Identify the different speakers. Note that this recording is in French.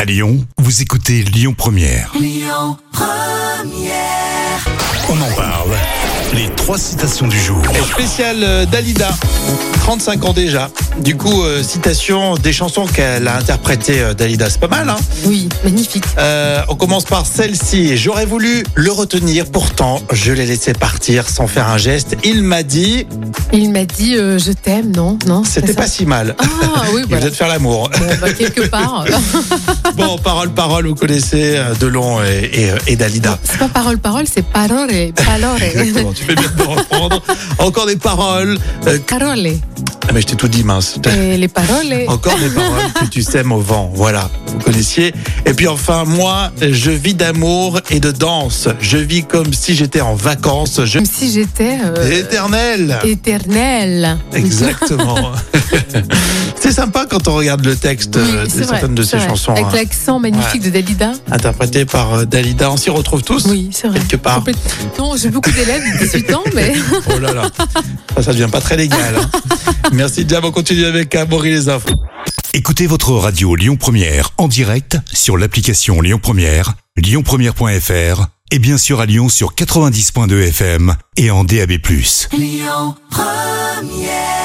Speaker 1: À Lyon, vous écoutez Lyon Première. On en parle. Les trois citations du jour.
Speaker 2: Et spécial euh, Dalida, 35 ans déjà. Du coup, euh, citation des chansons qu'elle a interprétées, euh, Dalida, c'est pas mal. Hein
Speaker 3: Oui, magnifique.
Speaker 2: Euh, on commence par celle-ci. J'aurais voulu le retenir, pourtant je l'ai laissé partir sans faire un geste. Il m'a dit,
Speaker 3: Il m'a dit euh, je t'aime, non Non, c'est
Speaker 2: c'était
Speaker 3: ça
Speaker 2: pas si mal.
Speaker 3: Ah oui,
Speaker 2: Il
Speaker 3: voilà.
Speaker 2: venait de faire l'amour.
Speaker 3: Bon, bah, quelque part.
Speaker 2: bon, parole, parole, vous connaissez euh, Delon et, et, euh, et Dalida.
Speaker 3: c'est pas parole parole, c'est parole parole.
Speaker 2: Exactement, tu fais bien de me reprendre. Encore des paroles. euh,
Speaker 3: Carole.
Speaker 2: ah, mais je t'ai tout dit, mince.
Speaker 3: Et les paroles.
Speaker 2: Encore des paroles que tu sèmes au vent. Voilà, vous connaissiez. Et puis enfin, moi, je vis d'amour et de danse. Je vis comme si j'étais en vacances. Je...
Speaker 3: Comme si j'étais euh,
Speaker 2: Éternel
Speaker 3: éternelle.
Speaker 2: Exactement. c'est sympa quand on regarde le texte
Speaker 3: Oui,
Speaker 2: euh, de
Speaker 3: c'est vrai,
Speaker 2: certaines de
Speaker 3: c'est
Speaker 2: ces
Speaker 3: vrai.
Speaker 2: chansons,
Speaker 3: Avec
Speaker 2: hein,
Speaker 3: l'accent magnifique de Dalida.
Speaker 2: interprétées par euh, Dalida. On s'y retrouve tous
Speaker 3: Oui, c'est vrai.
Speaker 2: Quelque part.
Speaker 3: Complète- Non, j'ai beaucoup d'élèves, 18 ans, mais
Speaker 2: Oh là là, ça, ça devient pas très légal. hein. Merci Jam, on continue avec euh, Amaury les infos.
Speaker 1: Écoutez votre radio Lyon Première en direct sur l'application Lyon Première, lyonpremière.fr et bien sûr à Lyon sur 90.2 FM et en DAB+.
Speaker 4: Lyon Première